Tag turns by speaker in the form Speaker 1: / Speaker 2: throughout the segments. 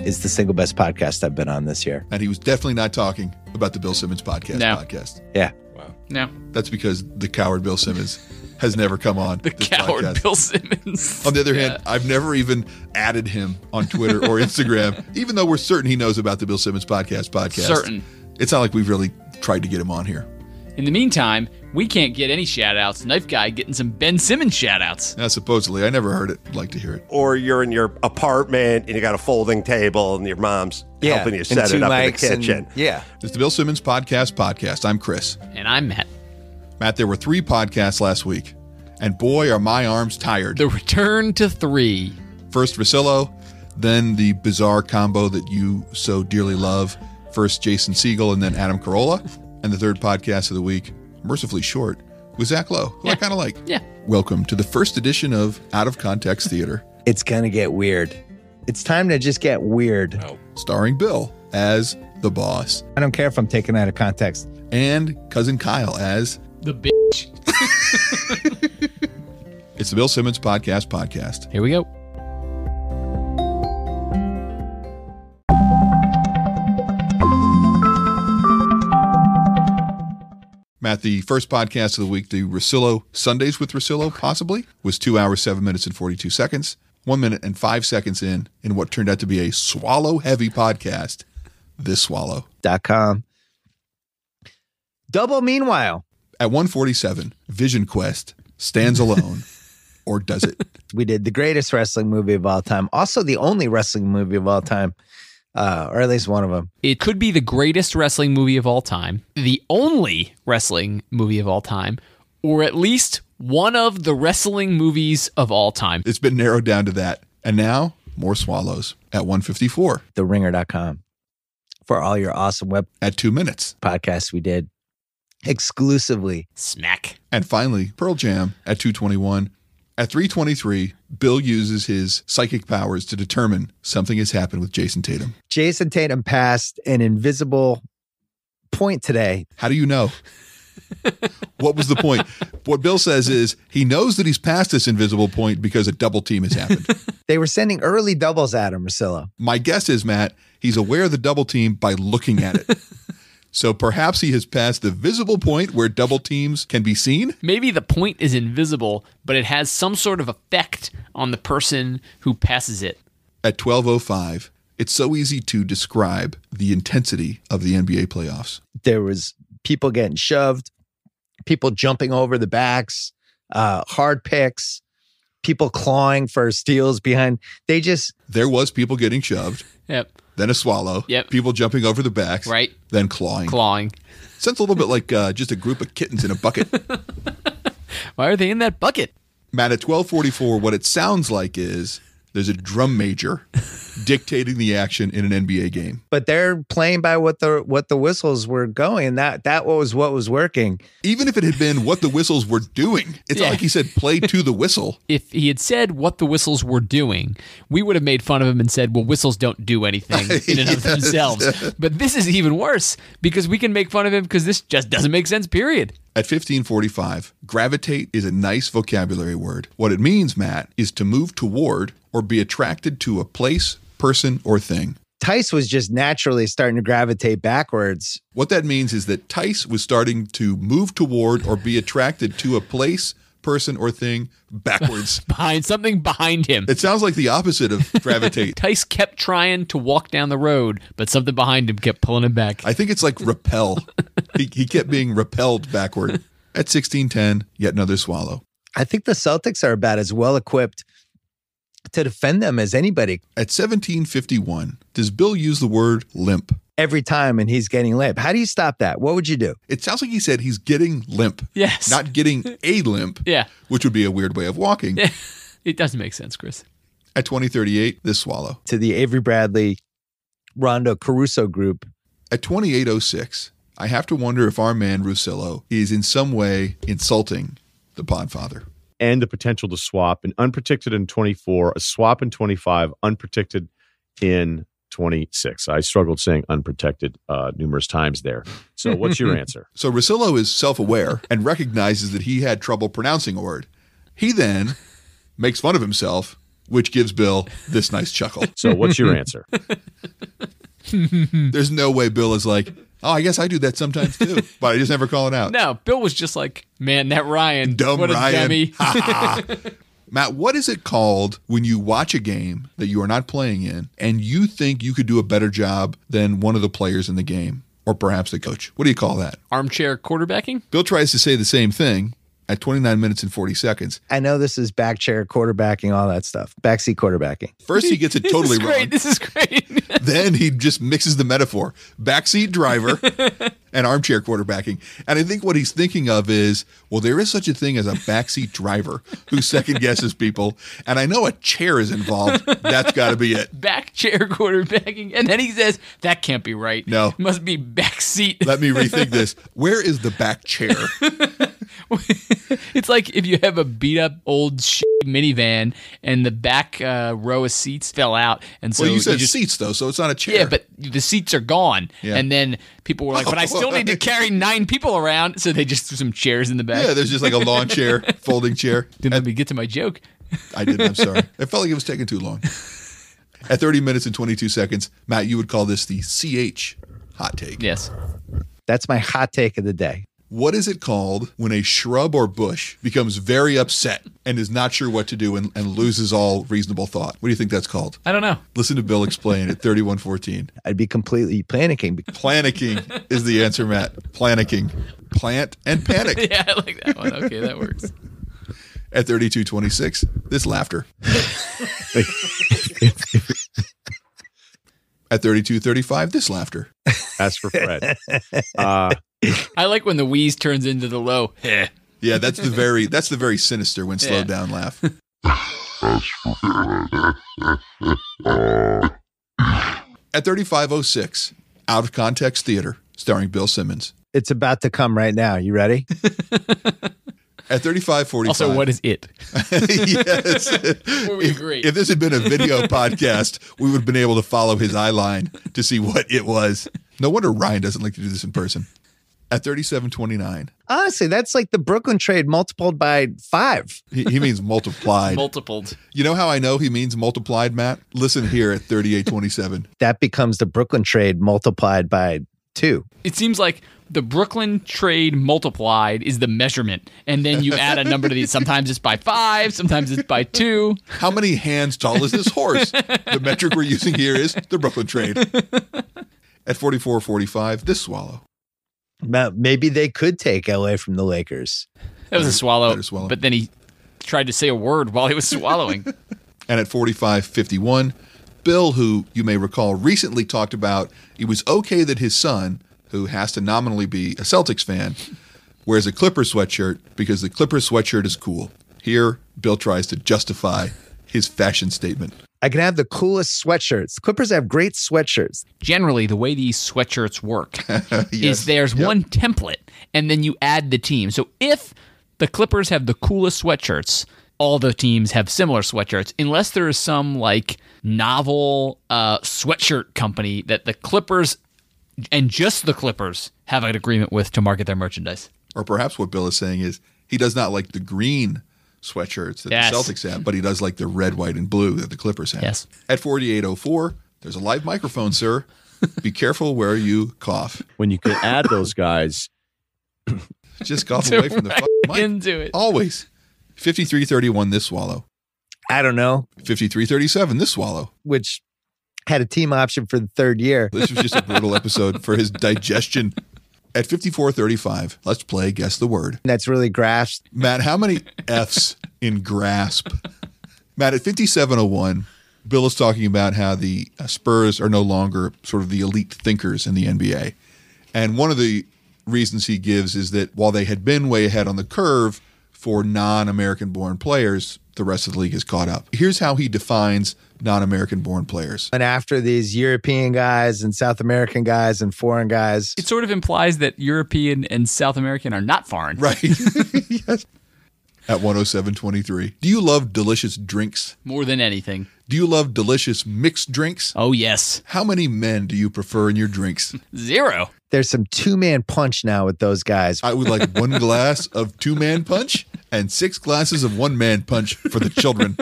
Speaker 1: is the single best podcast I've been on this year.
Speaker 2: And he was definitely not talking about the Bill Simmons podcast.
Speaker 3: No.
Speaker 2: Podcast.
Speaker 1: Yeah.
Speaker 3: No,
Speaker 2: That's because the coward Bill Simmons has never come on
Speaker 3: the
Speaker 2: this
Speaker 3: coward
Speaker 2: podcast.
Speaker 3: Bill Simmons.
Speaker 2: On the other hand, I've never even added him on Twitter or Instagram, even though we're certain he knows about the Bill Simmons podcast. Podcast.
Speaker 3: Certain.
Speaker 2: It's not like we've really tried to get him on here.
Speaker 3: In the meantime, we can't get any shout outs. Knife Guy getting some Ben Simmons shout outs.
Speaker 2: Now, supposedly, I never heard it. I'd like to hear it.
Speaker 4: Or you're in your apartment and you got a folding table and your mom's
Speaker 1: Yeah.
Speaker 4: helping you
Speaker 1: and
Speaker 4: set
Speaker 1: two
Speaker 4: it up in the
Speaker 1: mics and-
Speaker 4: kitchen.
Speaker 1: yeah.
Speaker 2: It's the Bill Simmons podcast. Podcast. I'm Chris.
Speaker 3: And I'm Matt.
Speaker 2: Matt, there were three podcasts last week, and boy, are my arms tired.
Speaker 3: The return to three.
Speaker 2: First Vasillo, then the bizarre combo that you so dearly love. First Jason Siegel, and then Adam Carolla. And the third podcast of the week, mercifully short, was Zach Lowe, who I kind of like.
Speaker 3: Yeah.
Speaker 2: Welcome to the first edition of Out of Context Theater,
Speaker 1: It's going to get weird. It's time to just get weird.
Speaker 2: starring Bill as the boss
Speaker 1: I don't care if I'm taken out of context.
Speaker 2: and cousin Kyle as
Speaker 3: The bitch.
Speaker 2: It's the Bill Simmons Podcast Podcast.
Speaker 3: Here we go.
Speaker 2: Matt, the first podcast of the week, the Rosillo Sundays with Rosillo, possibly, was two hours, seven minutes, and 42 seconds, one minute and five seconds in, in what turned out to be a swallow heavy podcast, This Swallow.
Speaker 1: Dot com. Double meanwhile.
Speaker 2: At 147, Vision Quest stands alone, or does it?
Speaker 1: We did the greatest wrestling movie of all time. Also the only wrestling movie of all time. Uh, or at least one of them.
Speaker 3: It could be the greatest wrestling movie of all time, the only wrestling movie of all time, or at least one of the wrestling movies of all time.
Speaker 2: It's been narrowed down to that. And now, more swallows at 154,
Speaker 1: The ringer.com for all your awesome web
Speaker 2: at two minutes.
Speaker 1: podcasts we did exclusively.
Speaker 3: Smack.
Speaker 2: And finally, Pearl Jam at 221. At 323, Bill uses his psychic powers to determine something has happened with Jason Tatum.
Speaker 1: Jason Tatum passed an invisible point today.
Speaker 2: How do you know? what was the point? What Bill says is he knows that he's past this invisible point because a double team has happened.
Speaker 1: They were sending early doubles at him, Marcillo.
Speaker 2: My guess is, Matt, he's aware of the double team by looking at it. so perhaps he has passed the visible point where double teams can be seen.
Speaker 3: Maybe the point is invisible, but it has some sort of effect on the person who passes it.
Speaker 2: At 12.05, it's so easy to describe the intensity of the NBA playoffs.
Speaker 1: There was people getting shoved, people jumping over the backs, uh, hard picks, people clawing for steals behind. They just
Speaker 2: There was people getting shoved,
Speaker 3: Yep.
Speaker 2: then a swallow,
Speaker 3: Yep.
Speaker 2: people jumping over the backs,
Speaker 3: Right.
Speaker 2: then clawing.
Speaker 3: Clawing.
Speaker 2: Sounds a little bit like uh, just a group of kittens in a bucket.
Speaker 3: Why are they in that bucket?
Speaker 2: Matt, at 1244, what it sounds like is there's a drum major dictating the action in an NBA game.
Speaker 1: but they're playing by what the what the whistles were going. That that was what was working.
Speaker 2: Even if it had been what the whistles were doing, it's
Speaker 3: Yeah.
Speaker 2: not like he said play to the whistle.
Speaker 3: If he had said what the whistles were doing, we would have made fun of him and said, well, whistles don't do anything in and of themselves. But this is even worse because we can make fun of him because this just doesn't make sense, period.
Speaker 2: At 1545, gravitate is a nice vocabulary word. What it means, Matt, is to move toward or be attracted to a place, person, or thing.
Speaker 1: Tice was just naturally starting to gravitate backwards
Speaker 2: What that means is that Tice was starting to move toward or be attracted to a place, person, or thing backwards.
Speaker 3: Behind something behind him.
Speaker 2: it sounds like the opposite of gravitate.
Speaker 3: Tice kept trying to walk down the road, but something behind him kept pulling him back.
Speaker 2: I think it's like repel. he, he kept being repelled backward. At 1610, yet another swallow.
Speaker 1: I think the Celtics are about as well equipped to defend them as anybody
Speaker 2: At 1751, does Bill use the word limp?
Speaker 1: every time, and he's getting limp. How do you stop that? What would you do?
Speaker 2: It sounds like he said he's getting limp.
Speaker 3: Yes.
Speaker 2: Not getting a limp,
Speaker 3: yeah,
Speaker 2: which would be a weird way of walking.
Speaker 3: it doesn't make sense, Chris.
Speaker 2: At 2038, this swallow.
Speaker 1: To the Avery Bradley, Rondo Caruso group.
Speaker 2: At 2806, I have to wonder if our man Russillo is in some way insulting the Podfather.
Speaker 5: and the potential to swap an unpredicted in 24, a swap in 25, unpredicted in 26. I struggled saying unprotected uh, numerous times there. So, what's your answer?
Speaker 2: So Rosillo is self aware and recognizes that he had trouble pronouncing a word. He then makes fun of himself which gives Bill this nice chuckle.
Speaker 5: So what's your answer?
Speaker 2: There's no way Bill is like, oh, I guess I do that sometimes too, but I just never call it out.
Speaker 3: No, Bill was just like, man, that Ryan,
Speaker 2: Dumb
Speaker 3: what a
Speaker 2: Ryan.
Speaker 3: dummy.
Speaker 2: Matt, what is it called when you watch a game that you are not playing in and you think you could do a better job than one of the players in the game or perhaps the coach? What do you call that?
Speaker 3: Armchair quarterbacking.
Speaker 2: Bill tries to say the same thing at 29 minutes and 40 seconds.
Speaker 1: I know this is back chair quarterbacking, all that stuff, backseat quarterbacking.
Speaker 2: First, he gets it totally
Speaker 3: this is great.
Speaker 2: wrong.
Speaker 3: This is great.
Speaker 2: Then he just mixes the metaphor backseat driver and armchair quarterbacking. And I think what he's thinking of is well, there is such a thing as a backseat driver who second guesses people. And I know a chair is involved. That's got to be it.
Speaker 3: back chair quarterbacking, and then he says that can't be right.
Speaker 2: No.
Speaker 3: must be back seat.
Speaker 2: Let me rethink this. Where is the back chair?
Speaker 3: it's like if you have a beat up old shitty minivan and the back uh, row of seats fell out, and so
Speaker 2: well, you said
Speaker 3: just-
Speaker 2: seats, though, so it's not a chair.
Speaker 3: Yeah, but the seats are gone,
Speaker 2: Yeah.
Speaker 3: and then people were like, "But I still need to carry nine people around," so they just threw some chairs in the back.
Speaker 2: Yeah, there's just like a lawn chair, folding chair.
Speaker 3: Didn't let me get to my joke.
Speaker 2: I didn't. I'm sorry. It felt like it was taking too long. At 30 minutes and 22 seconds, Matt, you would call this the CH hot take.
Speaker 3: Yes,
Speaker 1: That's my hot take of the day.
Speaker 2: What is it called when a shrub or bush becomes very upset and is not sure what to do and, and loses all reasonable thought? What do you think that's called?
Speaker 3: I don't know.
Speaker 2: Listen to Bill explain at 3114.
Speaker 1: I'd be completely panicking.
Speaker 2: Planicking is the answer, Matt. Planicking. Plant and panic
Speaker 3: Yeah, I like that one. Okay, that works.
Speaker 2: at 3226. This laughter. At 3235, this laughter.
Speaker 5: That's for Fred. Uh,
Speaker 3: I like when the wheeze turns into the low. Heh.
Speaker 2: Yeah, that's the very that's the very sinister when slowed
Speaker 3: Yeah.
Speaker 2: down laugh. At 3506, Out of Context Theater, starring Bill Simmons.
Speaker 1: It's about to come right now. You ready?
Speaker 2: At 3545.
Speaker 3: Also, what is it?
Speaker 2: yes.
Speaker 3: Well, we
Speaker 2: if,
Speaker 3: agree.
Speaker 2: if this had been a video podcast, we would have been able to follow his eye line to see what it was. No wonder Ryan doesn't like to do this in person. At 3729,
Speaker 1: Honestly, that's like the Brooklyn trade multiplied by five.
Speaker 2: he, he means multiplied.
Speaker 3: Multipled.
Speaker 2: You know how I know he means multiplied, Matt? Listen here at 3827.
Speaker 1: That becomes the Brooklyn trade multiplied by two.
Speaker 3: It seems like the Brooklyn trade multiplied is the measurement, and then you add a number to these. Sometimes it's by five, sometimes it's by two.
Speaker 2: How many hands tall is this horse? the metric we're using here is the Brooklyn trade. At 4445, this swallow.
Speaker 1: Ma- Maybe they could take LA from the Lakers.
Speaker 3: That was a swallow,
Speaker 2: Better swallow.
Speaker 3: But then he tried to say a word while he was swallowing.
Speaker 2: And at 4551, Bill, who you may recall recently talked about, it was okay that his son, who has to nominally be a Celtics fan, wears a Clippers sweatshirt because the Clippers sweatshirt is cool. Here, Bill tries to justify his fashion statement.
Speaker 1: I can have the coolest sweatshirts. Clippers have great sweatshirts.
Speaker 3: Generally, the way these sweatshirts work
Speaker 2: Yes.
Speaker 3: is there's one template, and then you add the team. So if the Clippers have the coolest sweatshirts, all the teams have similar sweatshirts, unless there is some like novel uh, sweatshirt company that the Clippers and just the Clippers have an agreement with to market their merchandise.
Speaker 2: Or perhaps what Bill is saying is he does not like the green sweatshirts that
Speaker 3: Yes.
Speaker 2: the Celtics have, but he does like the red, white, and blue that the Clippers have.
Speaker 3: Yes.
Speaker 2: At 4804, there's a live microphone, sir. Be careful where you cough.
Speaker 5: when you can add those guys,
Speaker 2: Just cough away from the fucking mic.
Speaker 3: Into it.
Speaker 2: Always. 5331 this swallow.
Speaker 1: I don't know,
Speaker 2: 5337 this swallow.
Speaker 1: which had a team option for the third year.
Speaker 2: This was just a brutal episode for his digestion. At 5435, let's play guess the word.
Speaker 1: And that's really grasped.
Speaker 2: Matt, how many F's in grasp? Matt, at 5701, Bill is talking about how the uh, Spurs are no longer sort of the elite thinkers in the NBA. And one of the reasons he gives is that while they had been way ahead on the curve for non American born players, the rest of the league has caught up. Here's how he defines non American born players.
Speaker 1: And after these European guys and South American guys and foreign guys,
Speaker 3: It sort of implies that European and South American are not foreign.
Speaker 2: Right. yes. At 107.23. Do you love delicious drinks?
Speaker 3: More than anything.
Speaker 2: Do you love delicious mixed drinks?
Speaker 3: Oh, yes.
Speaker 2: How many men do you prefer in your drinks?
Speaker 3: Zero.
Speaker 1: there's some two man punch now with those guys.
Speaker 2: I would like one glass of two man punch and six glasses of one man punch for the children.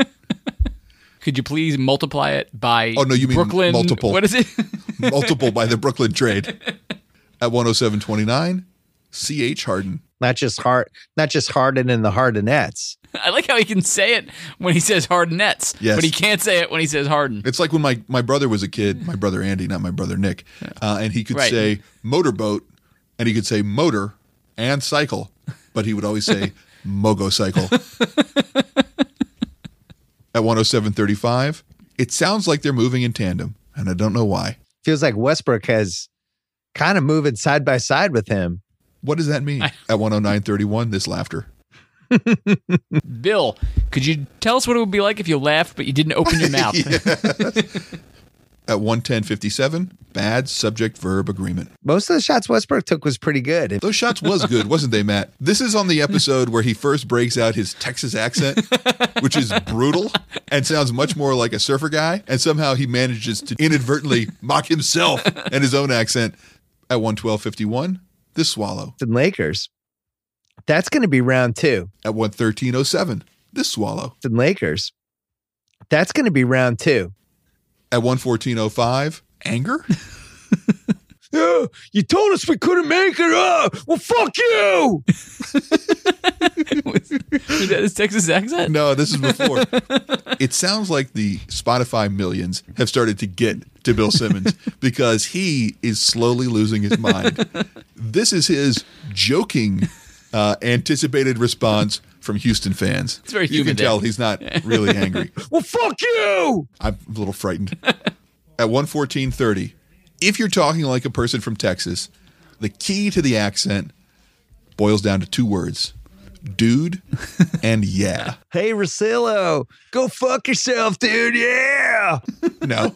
Speaker 3: Could you please multiply it by?
Speaker 2: Oh, no, you mean
Speaker 3: Brooklyn?
Speaker 2: multiple.
Speaker 3: What is it?
Speaker 2: multiple by the Brooklyn trade at 107.29. C.H. Harden.
Speaker 1: Not just hard, not just Harden and the Hardenettes.
Speaker 3: I like how he can say it when he says hard nets,
Speaker 2: Yes.
Speaker 3: but he can't say it when he says Harden.
Speaker 2: It's like when my, my brother was a kid, my brother Andy, not my brother Nick, uh, and he could
Speaker 3: Right.
Speaker 2: say motorboat and he could say motor and cycle, but he would always say mogo cycle. At 107.35, it sounds like they're moving in tandem, and I don't know why.
Speaker 1: Feels like Westbrook has kind of moving side by side with him.
Speaker 2: What does that mean? At 109.31, this laughter.
Speaker 3: Bill, could you tell us what it would be like if you laughed but you didn't open your mouth?
Speaker 2: At 110.57, bad subject verb agreement.
Speaker 1: Most of the shots Westbrook took was pretty good.
Speaker 2: Those shots was good, wasn't they, Matt? This is on the episode where he first breaks out his Texas accent, which is brutal and sounds much more like a surfer guy. And somehow he manages to inadvertently mock himself and his own accent at 112.51. This swallow
Speaker 1: And Lakers. That's going to be round two.
Speaker 2: at 113.07. This swallow
Speaker 1: The Lakers. That's going to be round two.
Speaker 2: at 114.05. Anger
Speaker 1: Yeah, you told us we couldn't make it. Uh, well, fuck you.
Speaker 3: was, was that his Texas accent?
Speaker 2: No, this is before. it sounds like the Spotify millions have started to get to Bill Simmons because he is slowly losing his mind. This is his joking uh, anticipated response from Houston fans. It's
Speaker 3: very
Speaker 2: you
Speaker 3: human
Speaker 2: can
Speaker 3: to
Speaker 2: tell
Speaker 3: him.
Speaker 2: he's not really angry.
Speaker 1: Well, fuck you.
Speaker 2: I'm a little frightened. At 114.30, if you're talking like a person from Texas, the key to the accent boils down to two words. Dude and yeah.
Speaker 1: Hey, Rosillo, go fuck yourself, dude. Yeah.
Speaker 2: No.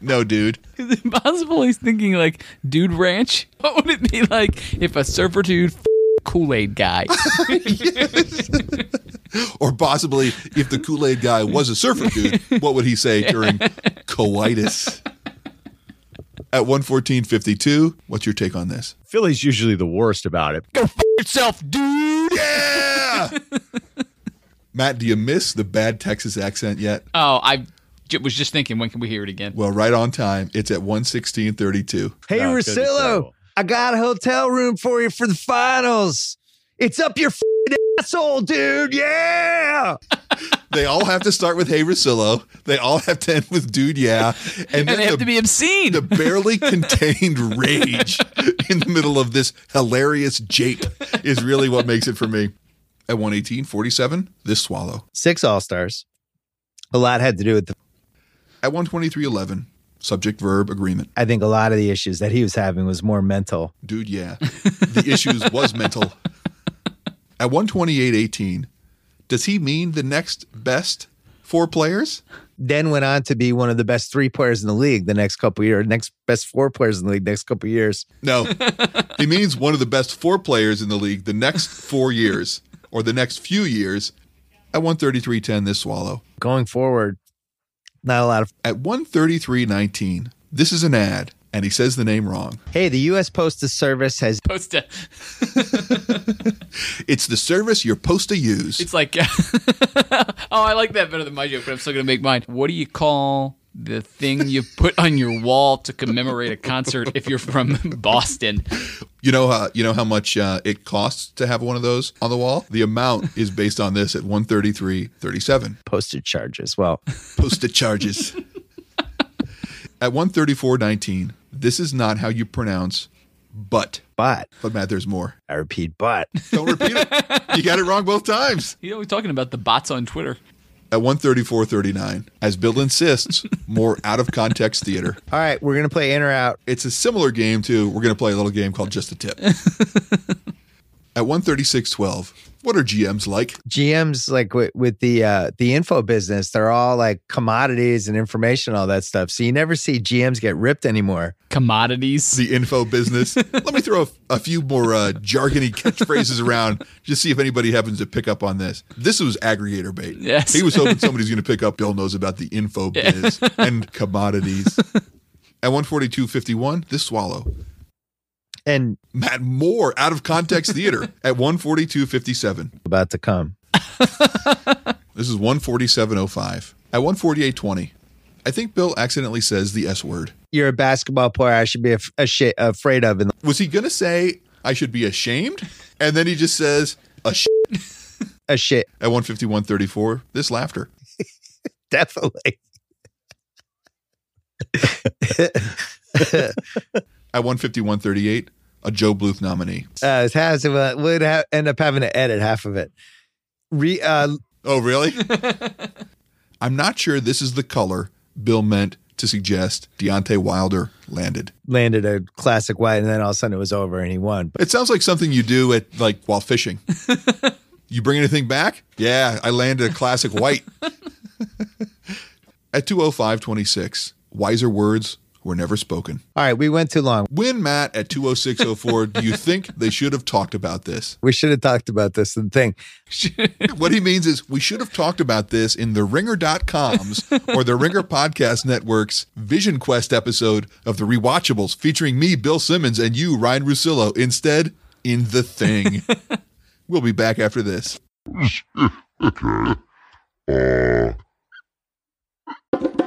Speaker 2: No, dude.
Speaker 3: Is it possible he's thinking like Dude Ranch? What would it be like if a surfer dude f- Kool Aid guy?
Speaker 2: Or possibly if the Kool Aid guy was a surfer dude, what would he say during coitus? At 114.52, what's your take on this?
Speaker 5: Philly's usually the worst about it.
Speaker 3: Yourself, dude.
Speaker 2: Yeah! Matt, do you miss the bad Texas accent yet?
Speaker 3: Oh, I j- was just thinking, when can we hear it again?
Speaker 2: Well, right on time. It's at 116.32.
Speaker 1: Hey,
Speaker 5: No, it's gonna be
Speaker 1: Rosillo,
Speaker 5: terrible.
Speaker 1: I got a hotel room for you for the finals. It's up your f***ing asshole, dude. Yeah.
Speaker 2: They all have to start with Hey Rosillo. They all have to end with Dude Yeah. And,
Speaker 3: And they have
Speaker 2: the-
Speaker 3: to be obscene.
Speaker 2: the barely contained rage in the middle of this hilarious jape is really what makes it for me. At 118.47, this swallow.
Speaker 1: Six All Stars. A lot had to do with the,
Speaker 2: At 123.11, subject verb agreement.
Speaker 1: I think a lot of the issues that he was having was more mental.
Speaker 2: Dude, yeah. The issues was mental. At 128.18, does he mean the next best four players?
Speaker 1: Then went on to be one of the best three players in the league the next couple years, next best four players in the league next couple years.
Speaker 2: No. he means one of the best four players in the league the next four years or the next few years. At 133.10, this swallow.
Speaker 1: Going forward, not a lot of
Speaker 2: At 133.19, this is an ad, and he says the name wrong.
Speaker 1: Hey, the US Postal Service has
Speaker 3: Supposed to-
Speaker 2: It's the service you're supposed to use.
Speaker 3: It's like, oh, I like that better than my joke, but I'm still gonna make mine. What do you call the thing you put on your wall to commemorate a concert if you're from Boston?
Speaker 2: you know, uh, you know how much uh, it costs to have one of those on the wall. The amount is based on this at 133.37.
Speaker 1: postage charges. Well,
Speaker 2: Postage charges. at 134.19, this is not how you pronounce but.
Speaker 1: but
Speaker 2: But Matt, there's more.
Speaker 1: I repeat, but
Speaker 2: Don't repeat it. You got it wrong both times.
Speaker 3: You know, we're talking about the bots on Twitter.
Speaker 2: At 134.39, as Bill insists, more out of context theater.
Speaker 1: all right, we're gonna play in or out.
Speaker 2: it's a similar game to we're going to play a little game called just a tip at 136.12 what are gms like
Speaker 1: GMs like with, with the uh the info business, they're all like commodities and information, all that stuff. So you never see GMs get ripped anymore.
Speaker 3: Commodities.
Speaker 2: the info business let me throw a, a few more uh, jargony catchphrases around just see if anybody happens to pick up on this this was aggregator bait
Speaker 3: Yes.
Speaker 2: he was hoping somebody's going to pick up bill knows about the info biz and commodities at 142.51 this swallow
Speaker 1: And
Speaker 2: matt moore out of context theater at 142.57
Speaker 1: about to come.
Speaker 2: This is 147.05 At 148.20, I think Bill accidentally says the S word.
Speaker 1: You're a basketball player. I should be af- asha- afraid of. And
Speaker 2: Was he going to say, I should be ashamed? And then he just says, a sh-.
Speaker 1: a shit,
Speaker 2: At 151.34, this laughter.
Speaker 1: definitely.
Speaker 2: At 151.38, a Joe Bluth nominee.
Speaker 1: Uh, it has uh, would ha- end up having to edit half of it. Re, uh,
Speaker 2: Oh, really? I'm not sure this is the color Bill meant to suggest Deontay Wilder landed.
Speaker 1: landed a classic white, and then all of a sudden it was over, and he won. But
Speaker 2: It sounds like something you do at like while fishing. you bring anything back? Yeah, I landed a classic white. at 205.26, wiser words were never spoken.
Speaker 1: all right, we went too long.
Speaker 2: When Matt at 206.04, do you think they should have talked about this?
Speaker 1: We should have talked about this and thing.
Speaker 2: What he means is we should have talked about this in the ringer.coms or the Ringer Podcast Network's Vision Quest episode of The Rewatchables featuring me, Bill Simmons, and you, Ryan Russillo. Instead, in The Thing. we'll be back after this.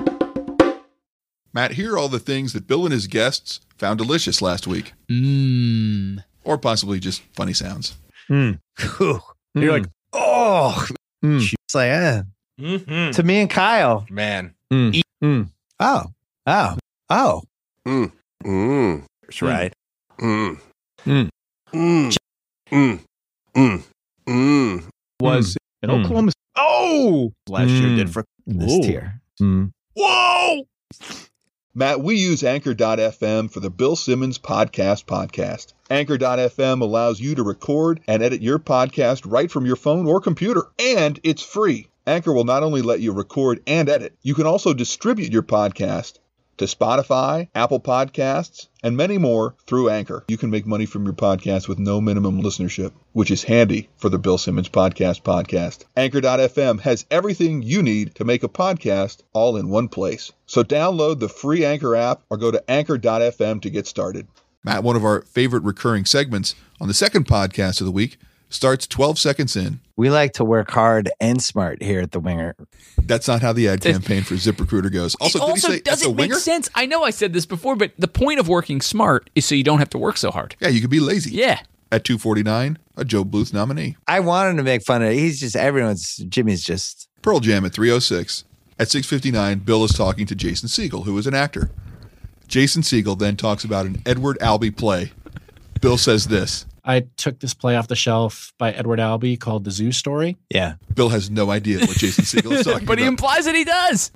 Speaker 2: Matt, here are all the things that Bill and his guests found delicious last week,
Speaker 3: Mmm.
Speaker 2: or possibly just funny sounds.
Speaker 1: Whew.
Speaker 5: You're like,
Speaker 1: oh, Mm. it's like eh.
Speaker 6: Mm-hmm.
Speaker 1: to me and Kyle.
Speaker 6: Man.
Speaker 1: Mm. Oh, oh, oh.
Speaker 4: Mm. That's right. Mm.
Speaker 1: Mm.
Speaker 4: Mm. Mm. Mm. Mm.
Speaker 1: was
Speaker 5: in
Speaker 1: Mm.
Speaker 5: Oklahoma. Hmm. Oh,
Speaker 1: last year did
Speaker 5: for
Speaker 1: this
Speaker 5: Ooh.
Speaker 1: tier. Mm.
Speaker 2: Whoa! Matt, we use Anchor.fm for the Bill Simmons Podcast podcast. Anchor.fm allows you to record and edit your podcast right from your phone or computer, and it's free. Anchor will not only let you record and edit, you can also distribute your podcast to Spotify, Apple Podcasts, and many more through Anchor. You can make money from your podcast with no minimum listenership, which is handy for the Bill Simmons Podcast podcast. Anchor.fm has everything you need to make a podcast all in one place. So download the free Anchor app or go to anchor.fm to get started. Matt, one of our favorite recurring segments on the second podcast of the week starts 12 seconds in.
Speaker 1: We like to work hard and smart here at the Winger.
Speaker 2: That's not how the ad campaign for ZipRecruiter goes. Also,
Speaker 3: it
Speaker 2: did he
Speaker 3: also
Speaker 2: say that's a
Speaker 3: doesn't make
Speaker 2: winger?
Speaker 3: sense. I know I said this before, but the point of working smart is so you don't have to work so hard.
Speaker 2: Yeah, you could be lazy.
Speaker 3: Yeah.
Speaker 2: At 249, a Joe Bluth nominee.
Speaker 1: I wanted to make fun of it. He's just everyone's Jimmy's just
Speaker 2: Pearl Jam at 306. At 6:59, Bill is talking to Jason Siegel, who is an actor. Jason Siegel then talks about an Edward Albee play. Bill says this.
Speaker 7: I took this play off the shelf by Edward Albee called The Zoo Story.
Speaker 1: yeah.
Speaker 2: Bill has no idea what Jason Siegel is talking
Speaker 3: But he
Speaker 2: about.
Speaker 3: implies that he does.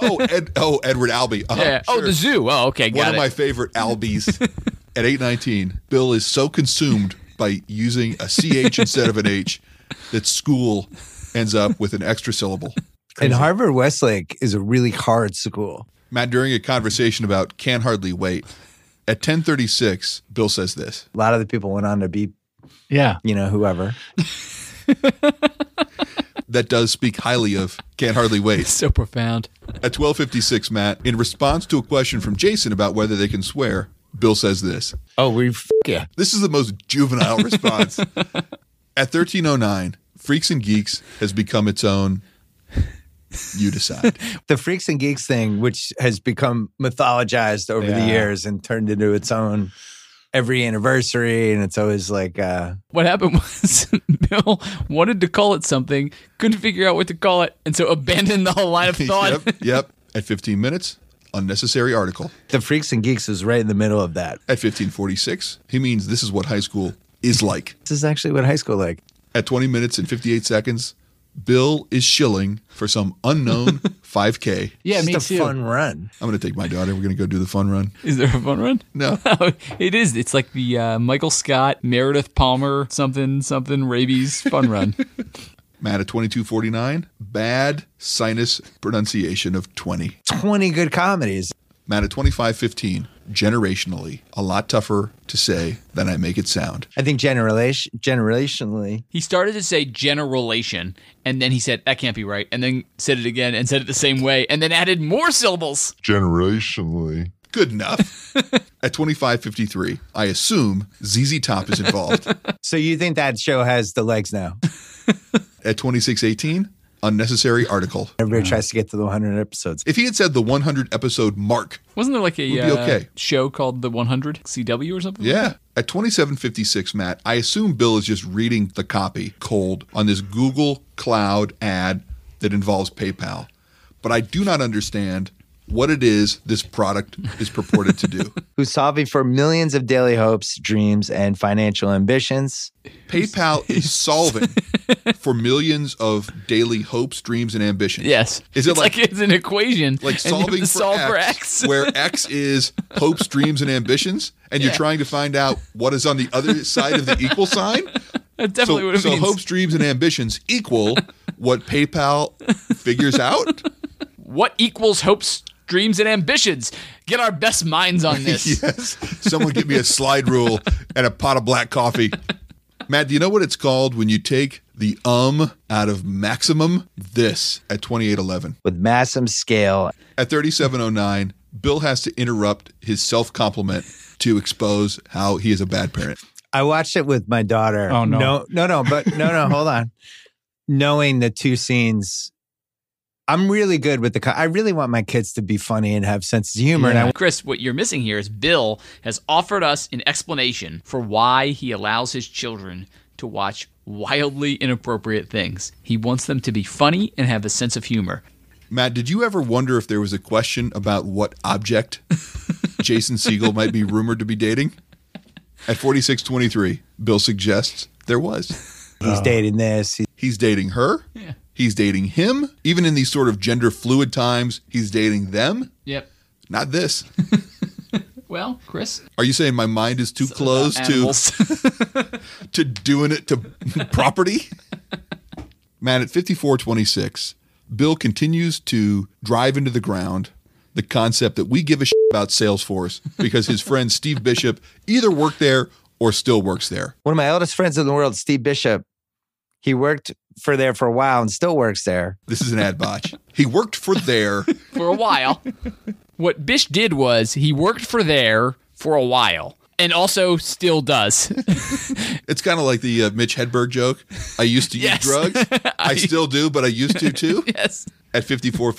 Speaker 2: oh, Ed, oh, Edward Albee. Uh-huh,
Speaker 3: yeah. Oh,
Speaker 2: sure.
Speaker 3: the zoo. Oh, okay.
Speaker 2: One
Speaker 3: Got
Speaker 2: of
Speaker 3: it.
Speaker 2: my favorite Albies. at 8:19, Bill is so consumed by using a ch instead of an h that school ends up with an extra syllable.
Speaker 1: And Harvard Westlake is a really hard school.
Speaker 2: Matt, during a conversation about can hardly wait, at 10:36, Bill says this.
Speaker 1: A lot of the people went on to be,
Speaker 7: Yeah.
Speaker 1: you know, whoever.
Speaker 2: that does speak highly of can't hardly wait.
Speaker 3: so profound.
Speaker 2: At 12:56, Matt, in response to a question from Jason about whether they can swear, Bill says this.
Speaker 1: Oh, we f- yeah.
Speaker 2: This is the most juvenile response. At 13:09, Freaks and Geeks has become its own you decide.
Speaker 1: The freaks and geeks thing, which has become mythologized over the
Speaker 7: Yeah.
Speaker 1: years and turned into its own every anniversary, and it's always like, uh,
Speaker 3: What happened was Bill wanted to call it something, couldn't figure out what to call it, and so abandoned the whole line of thought.
Speaker 2: yep, yep. At 15 minutes, unnecessary article.
Speaker 1: the freaks and geeks is right in the middle of that.
Speaker 2: At 15:46, he means this is what high school is like.
Speaker 1: This is actually what high school like.
Speaker 2: At 20 minutes and 58 seconds, Bill is shilling for some unknown 5K.
Speaker 7: Yeah,
Speaker 1: It's
Speaker 7: me
Speaker 1: just a
Speaker 7: too.
Speaker 1: fun run.
Speaker 2: I'm going to take my daughter. We're going to go do the fun run.
Speaker 3: Is there a fun run?
Speaker 2: No.
Speaker 3: No, it is. It's like the uh, Michael Scott, Meredith Palmer, something, something, rabies fun run.
Speaker 2: Matt at 2249, bad sinus pronunciation of 20.
Speaker 1: 20 good comedies.
Speaker 2: Matt at 2515, generationally, a lot tougher to say than I make it sound.
Speaker 1: I think generation, generationally,
Speaker 3: He started to say generalation, and then he said, that can't be right, and then said it again and said it the same way, and then added more syllables.
Speaker 8: generationally.
Speaker 2: Good enough. at 2553, I assume ZZ Top is involved.
Speaker 1: So you think that show has the legs now?
Speaker 2: at 2618, unnecessary article.
Speaker 1: Everybody tries to get to the 100 episodes.
Speaker 2: If he had said the 100 episode mark,
Speaker 3: Wasn't there like a
Speaker 2: We'll be
Speaker 3: uh,
Speaker 2: okay.
Speaker 3: show called the 100 CW or something?
Speaker 2: yeah. At 2756, Matt, I assume Bill is just reading the copy cold on this Google Cloud ad that involves PayPal. But I do not understand what it is this product is purported to do.
Speaker 1: Who's solving for millions of daily hopes, dreams, and financial ambitions.
Speaker 2: PayPal is solving for millions of daily hopes, dreams, and ambitions.
Speaker 3: Yes.
Speaker 2: Is it
Speaker 3: it's
Speaker 2: like-
Speaker 3: like, it's an equation?
Speaker 2: Like
Speaker 3: and you have
Speaker 2: solving
Speaker 3: to
Speaker 2: for,
Speaker 3: solve
Speaker 2: X,
Speaker 3: for X.
Speaker 2: where X is hopes, dreams, and ambitions, and you're trying to find out what is on the other side of the equal sign.
Speaker 3: That's definitely
Speaker 2: so,
Speaker 3: what it
Speaker 2: so
Speaker 3: means.
Speaker 2: hopes, dreams, and ambitions equal what PayPal figures out.
Speaker 3: what equals hopes, dreams, and ambitions? Get our best minds on this.
Speaker 2: yes. Someone give me a slide rule and a pot of black coffee. Matt, do you know what it's called when you take the um out of maximum? This at 2811.
Speaker 1: with massive scale.
Speaker 2: At 3709, Bill has to interrupt his self compliment to expose how he is a bad parent.
Speaker 1: I watched it with my daughter.
Speaker 7: Oh, no.
Speaker 1: no, no, no, but no, no, hold on. Knowing the two scenes, I'm really good with the. co- I really want my kids to be funny and have sense of humor, and I
Speaker 3: Chris, what you're missing here is Bill has offered us an explanation for why he allows his children to watch wildly inappropriate things. He wants them to be funny and have a sense of humor.
Speaker 2: Matt, did you ever wonder if there was a question about what object Jason Siegel might be rumored to be dating? At 4623, Bill suggests there was.
Speaker 1: he's
Speaker 4: Uh-huh.
Speaker 1: dating this. He-
Speaker 2: He's dating her.
Speaker 3: Yeah.
Speaker 2: He's dating him. Even in these sort of gender fluid times, he's dating them.
Speaker 3: Yep.
Speaker 2: Not this.
Speaker 3: Well, Chris,
Speaker 2: Are you saying my mind is too closed to to doing it to property. Man, at 5426, Bill continues to drive into the ground the concept that we give a shit about Salesforce because his friend Steve Bishop either worked there or still works there.
Speaker 1: One of my oldest friends in the world, Steve Bishop, he worked for there for a while and still works there.
Speaker 2: This is an ad botch. He worked for there.
Speaker 3: for a while. what Bish did was he worked for there for a while and also still does.
Speaker 2: It's kind of like the uh, Mitch Hedberg joke. I used to
Speaker 3: Yes.
Speaker 2: use drugs. I still do, but I used to too.
Speaker 3: yes.
Speaker 2: At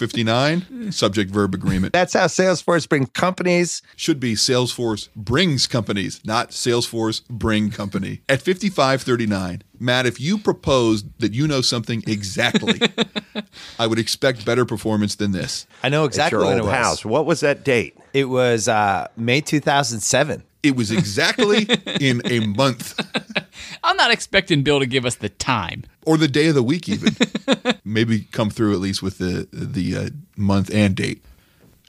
Speaker 2: 5459, subject verb agreement.
Speaker 1: That's how Salesforce brings companies.
Speaker 2: should be Salesforce brings companies, not Salesforce bring company. At 5539, Matt, if you proposed that you know something exactly, I would expect better performance than this.
Speaker 1: I know
Speaker 4: At
Speaker 1: exactly
Speaker 4: your
Speaker 1: what it
Speaker 4: old
Speaker 1: was.
Speaker 4: house. What was that date?
Speaker 1: It was uh, May 2007.
Speaker 2: It was exactly in a month
Speaker 3: I'm not expecting Bill to give us the time.
Speaker 2: or the day of the week even. Maybe come through at least with the the uh, month and date.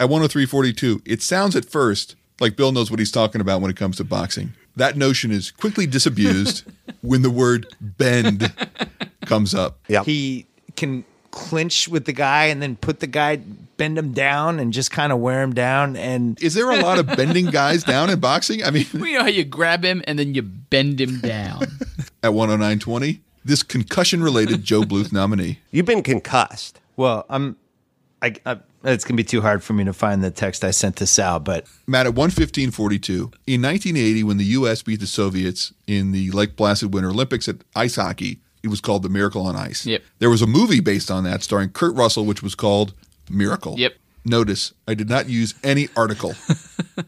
Speaker 2: At 10342, it sounds at first like Bill knows what he's talking about when it comes to boxing. That notion is quickly disabused when the word bend comes up.
Speaker 4: Yeah.
Speaker 1: He can clinch with the guy and then put the guy, bend him down, and just kind of wear him down. And
Speaker 2: Is there a lot of bending guys down in boxing? I mean,
Speaker 3: We know how you grab him and then you bend him down.
Speaker 2: at 109.20, this concussion related Joe Bluth nominee.
Speaker 4: You've been concussed.
Speaker 1: Well, I'm. I, I it's gonna be too hard for me to find the text I sent to Sal, but
Speaker 2: Matt, at 115.42, in 1980, when the U.S. beat the Soviets in the Lake Placid Winter Olympics at ice hockey, it was called The Miracle on Ice.
Speaker 3: Yep.
Speaker 2: There was a movie based on that starring Kurt Russell, which was called Miracle.
Speaker 3: Yep.
Speaker 2: Notice I did not use any article.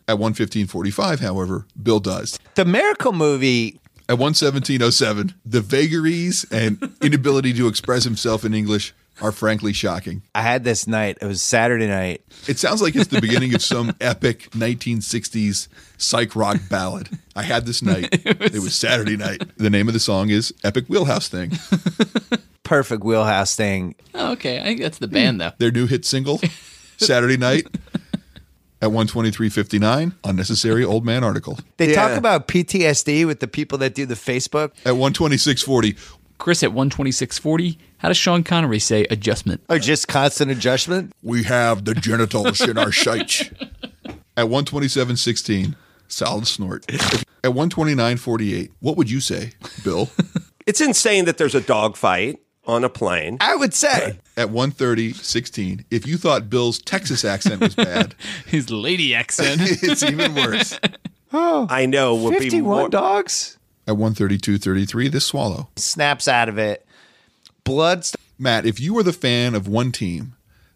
Speaker 2: at 115.45, however, Bill does.
Speaker 1: the miracle movie.
Speaker 2: At 117.07, the vagaries and inability to express himself in English are frankly shocking.
Speaker 1: I had this night. It was Saturday night.
Speaker 2: It sounds like it's the beginning of some epic 1960s psych rock ballad. I had this night. it, was, Saturday night. The name of the song is Epic Wheelhouse Thing.
Speaker 1: Perfect wheelhouse thing.
Speaker 3: Oh, okay, I think that's the band though.
Speaker 2: Their new hit single, Saturday Night, at 123.59, unnecessary old man article.
Speaker 1: They
Speaker 4: Yeah.
Speaker 1: talk about PTSD with the people that do the Facebook.
Speaker 2: At 126.40,
Speaker 3: Chris at 126.40. How does Sean Connery say adjustment?
Speaker 1: Oh, just constant adjustment.
Speaker 2: we have the genitals in our shite. At 127.16, solid snort. At 129.48, what would you say, Bill?
Speaker 4: It's insane that there's a dogfight on a plane.
Speaker 1: I would say
Speaker 2: At 130.16, if you thought Bill's Texas accent was bad,
Speaker 3: His lady accent.
Speaker 2: it's even worse.
Speaker 4: I know would be more.
Speaker 1: Oh, fifty-one dogs
Speaker 2: At 132.33, this swallow.
Speaker 1: snaps out of it. Blood st-
Speaker 2: Matt, if you were the fan of one team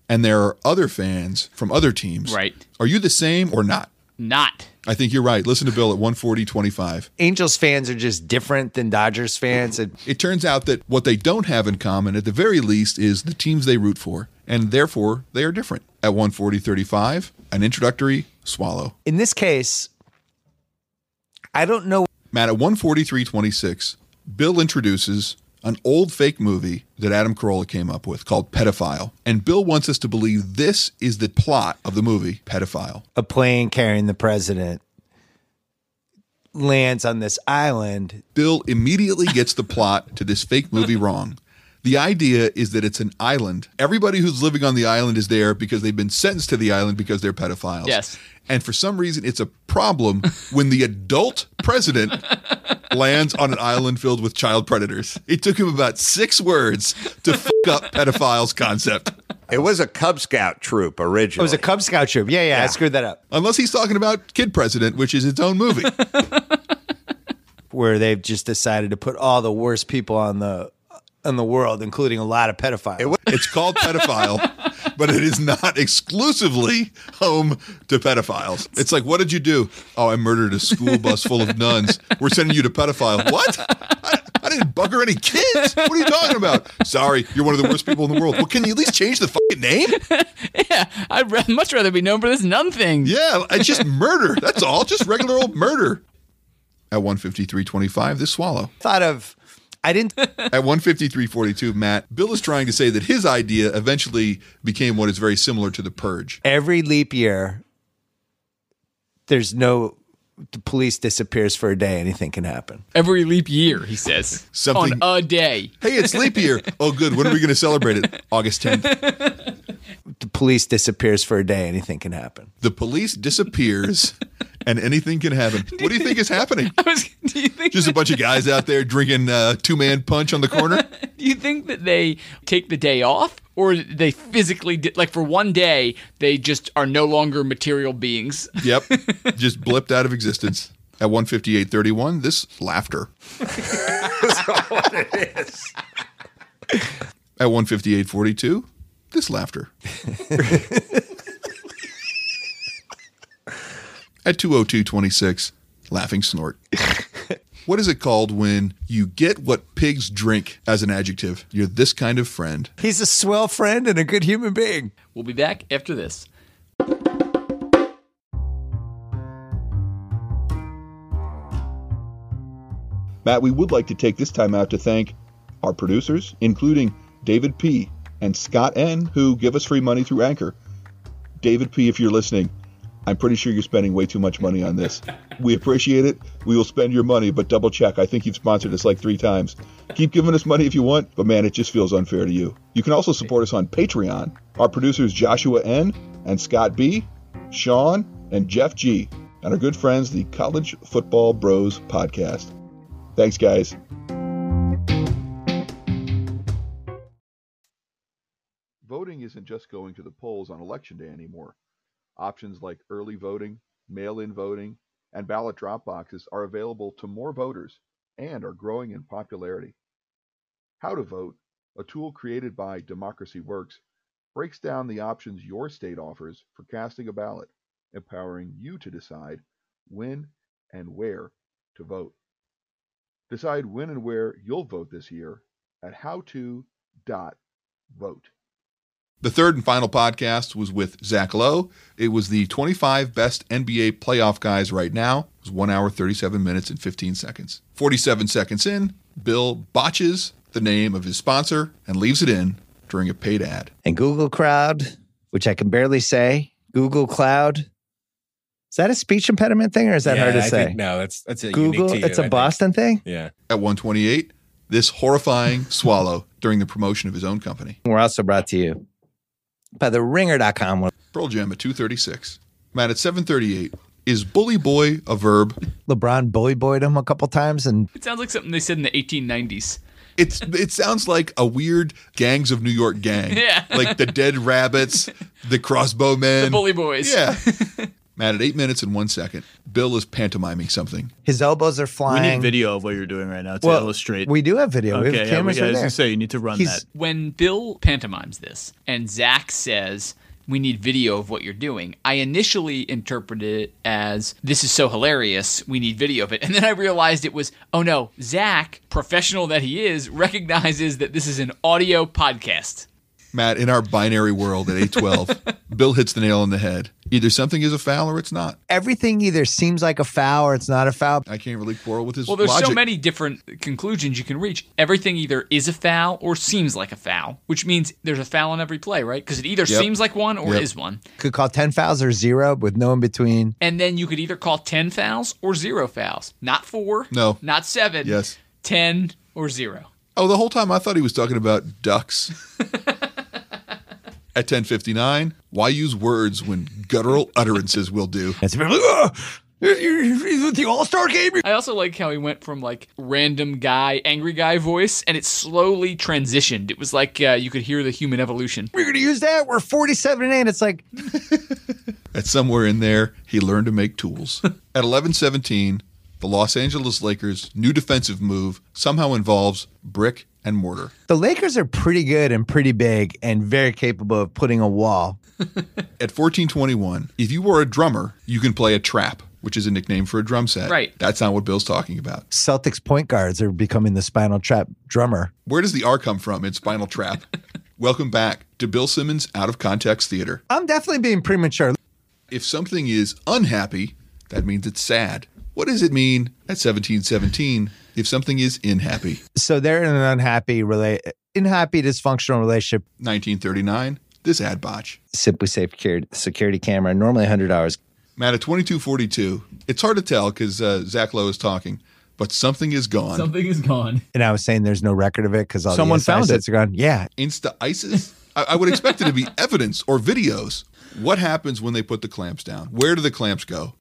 Speaker 2: and there are other fans from other teams,
Speaker 3: Right.
Speaker 2: are you the same or not?
Speaker 3: Not.
Speaker 2: I think you're right. Listen to Bill at 140.25.
Speaker 1: Angels fans are just different than Dodgers fans. And
Speaker 2: It turns out that what they don't have in common, at the very least, is the teams they root for, and therefore they are different. At 140.35, an introductory swallow.
Speaker 1: in this case, I don't know
Speaker 2: Matt, at 143.26, Bill introduces an old fake movie that Adam Carolla came up with called Pedophile. And Bill wants us to believe this is the plot of the movie Pedophile.
Speaker 1: a plane carrying the president lands on this island.
Speaker 2: Bill immediately gets the plot to this fake movie wrong. The idea is that it's an island. Everybody who's living on the island is there because they've been sentenced to the island because they're pedophiles.
Speaker 3: Yes.
Speaker 2: And for some reason, it's a problem when the adult president lands on an island filled with child predators. It took him about six words to f up pedophiles concept.
Speaker 4: It was a Cub Scout troop
Speaker 1: It
Speaker 4: originally.
Speaker 1: was a Cub Scout troop. Yeah, yeah, I screwed that up.
Speaker 2: Unless he's talking about Kid President, which is its own movie.
Speaker 1: Where they've just decided to put all the worst people on the in the world, including a lot of pedophiles.
Speaker 2: It's called pedophile, but it is not exclusively home to pedophiles. It's like, what did you do? Oh, I murdered a school bus full of nuns. We're sending you to pedophile. What? I, I didn't bugger any kids. What are you talking about? Sorry, you're one of the worst people in the world. Well, can you at least change the fucking name?
Speaker 3: Yeah, I'd ra- much rather be known for this nun thing.
Speaker 2: Yeah, it's just murder. That's all. Just regular old murder. At 153.25, this swallow.
Speaker 1: thought of I didn't
Speaker 2: At 153.42, Matt, Bill is trying to say that his idea eventually became what is very similar to The Purge.
Speaker 1: every leap year there's no the police disappears for a day, anything can happen.
Speaker 3: Every leap year, he says.
Speaker 2: Something-
Speaker 3: On a day.
Speaker 2: Hey, it's leap year. Oh, good. When are we going to celebrate it? August 10th.
Speaker 1: The police disappears for a day, anything can happen.
Speaker 2: The police disappears and anything can happen. What do you think is happening?
Speaker 3: I was, do you think
Speaker 2: Just a bunch of guys out there drinking uh, two man punch on the corner?
Speaker 3: Do you think that they take the day off, or they physically di- like for one day they just are no longer material beings?
Speaker 2: Yep. Just blipped out of existence. At 158.31, this laughter. At 158.42, this laughter. At 202.26, laughing snort. What is it called when you get what pigs drink as an adjective? You're this kind of friend.
Speaker 1: He's a swell friend and a good human being.
Speaker 3: We'll be back after this.
Speaker 2: Matt, we would like to take this time out to thank our producers, including David P. and Scott N., who give us free money through Anchor. David P., if you're listening, I'm pretty sure you're spending way too much money on this. We appreciate it. We will spend your money, but double check. I think you've sponsored us like three times. Keep giving us money if you want, but man, it just feels unfair to you. You can also support us on Patreon. Our producers, Joshua N. and Scott B., Sean, and Jeff G., and our good friends, the College Football Bros Podcast. Thanks, guys. Voting isn't just going to the polls on election day anymore. Options like early voting, mail in voting, and ballot drop boxes are available to more voters and are growing in popularity. How to Vote, a tool created by Democracy Works, breaks down the options your state offers for casting a ballot, empowering you to decide when and where to vote. Decide when and where you'll vote this year at howto.vote. The third and final podcast was with Zach Lowe. It was the 25 best NBA playoff guys right now. It was one hour, 37 minutes, and 15 seconds. 47 seconds in, Bill botches the name of his sponsor and leaves it in during a paid ad.
Speaker 1: And Google Crowd, which I can barely say, Google Cloud. Is that a speech impediment thing or is that
Speaker 6: Yeah,
Speaker 1: hard to
Speaker 6: I
Speaker 1: say?
Speaker 6: Think, no, that's that's a unique
Speaker 1: Google,
Speaker 6: to you,
Speaker 1: it's
Speaker 6: I
Speaker 1: a
Speaker 6: think.
Speaker 1: Boston thing.
Speaker 6: Yeah,
Speaker 2: At 128, this horrifying swallow during the promotion of his own company.
Speaker 1: We're also brought to you by the ringer.com.
Speaker 2: Pearl Jam at 236. Matt at 738. Is bully boy a verb?
Speaker 1: LeBron bully boyed him a couple times and
Speaker 3: It sounds like something they said in the 1890s.
Speaker 2: It's it sounds like a weird gangs of New York gang.
Speaker 3: Yeah.
Speaker 2: Like the Dead Rabbits, the Crossbow Men.
Speaker 3: Bully boys.
Speaker 2: Yeah. Matt, at eight minutes and one second, Bill is pantomiming something.
Speaker 1: His elbows are
Speaker 6: We
Speaker 1: flying.
Speaker 6: need video of what you're doing right now to
Speaker 1: Well,
Speaker 6: illustrate.
Speaker 1: We do have video. we
Speaker 6: okay,
Speaker 1: have
Speaker 6: yeah, we
Speaker 1: cameras
Speaker 6: got, I
Speaker 1: right
Speaker 6: was
Speaker 1: there.
Speaker 6: gonna say you need to run
Speaker 1: He's-
Speaker 6: that.
Speaker 3: when Bill pantomimes this and Zach says, we need video of what you're doing. I initially interpreted it as this is so hilarious, we need video of it. And then I realized it was, oh no, Zach, professional that he is, recognizes that this is an audio podcast.
Speaker 2: Matt, in our binary world at 812, Bill hits the nail on the head. Either something is a foul or it's not.
Speaker 1: Everything either seems like a foul or it's not a foul.
Speaker 2: I can't really quarrel with his
Speaker 3: Well, there's
Speaker 2: logic.
Speaker 3: so many different conclusions you can reach. Everything either is a foul or seems like a foul, which means there's a foul on every play, right? Because it either
Speaker 2: Yep.
Speaker 3: seems like one or
Speaker 2: Yep.
Speaker 3: is one.
Speaker 1: Could call 10 fouls or zero with no in between.
Speaker 3: And then you could either call 10 fouls or zero fouls. Not four.
Speaker 2: No.
Speaker 3: Not seven.
Speaker 2: Yes.
Speaker 3: 10 or zero.
Speaker 2: Oh, the whole time I thought he was talking about ducks. At 10:59, why use words when guttural utterances will do?
Speaker 1: It's "Ah, "Ugh, you're- you're- you're the All Star game.
Speaker 3: I also like how he went from like random guy, angry guy voice, and it slowly transitioned. It was like uh, you could hear the human evolution.
Speaker 1: We're gonna use that. We're 47 and eight. It's like
Speaker 2: At somewhere in there, he learned to make tools. At 11:17, the Los Angeles Lakers' new defensive move somehow involves brick and mortar.
Speaker 1: the Lakers are pretty good and pretty big and very capable of putting a wall.
Speaker 2: At 14:21, if you were a drummer, you can play a trap, which is a nickname for a drum set.
Speaker 3: Right.
Speaker 2: That's not what Bill's talking about.
Speaker 1: Celtics point guards are becoming the Spinal Trap drummer.
Speaker 2: Where does the R come from in Spinal Trap? Welcome back to Bill Simmons Out of Context Theater.
Speaker 1: I'm definitely being premature.
Speaker 2: If something is unhappy, that means it's sad. What does it mean at 1717 if something is unhappy?
Speaker 1: So they're in an unhappy relate, unhappy dysfunctional relationship.
Speaker 2: 1939, this ad botch.
Speaker 1: Simply safe secured- security camera, normally 100 hours.
Speaker 2: Matt, at 2242, it's hard to tell because uh, Zach Lowe is talking, but something is gone.
Speaker 3: Something is gone.
Speaker 1: And I was saying there's no record of it because all
Speaker 5: Someone
Speaker 1: the SI
Speaker 5: found
Speaker 1: sets
Speaker 5: it.
Speaker 1: are gone. Yeah,
Speaker 2: Insta ISIS? I, I would expect it to be evidence or videos. What happens when they put the clamps down? Where do the clamps go?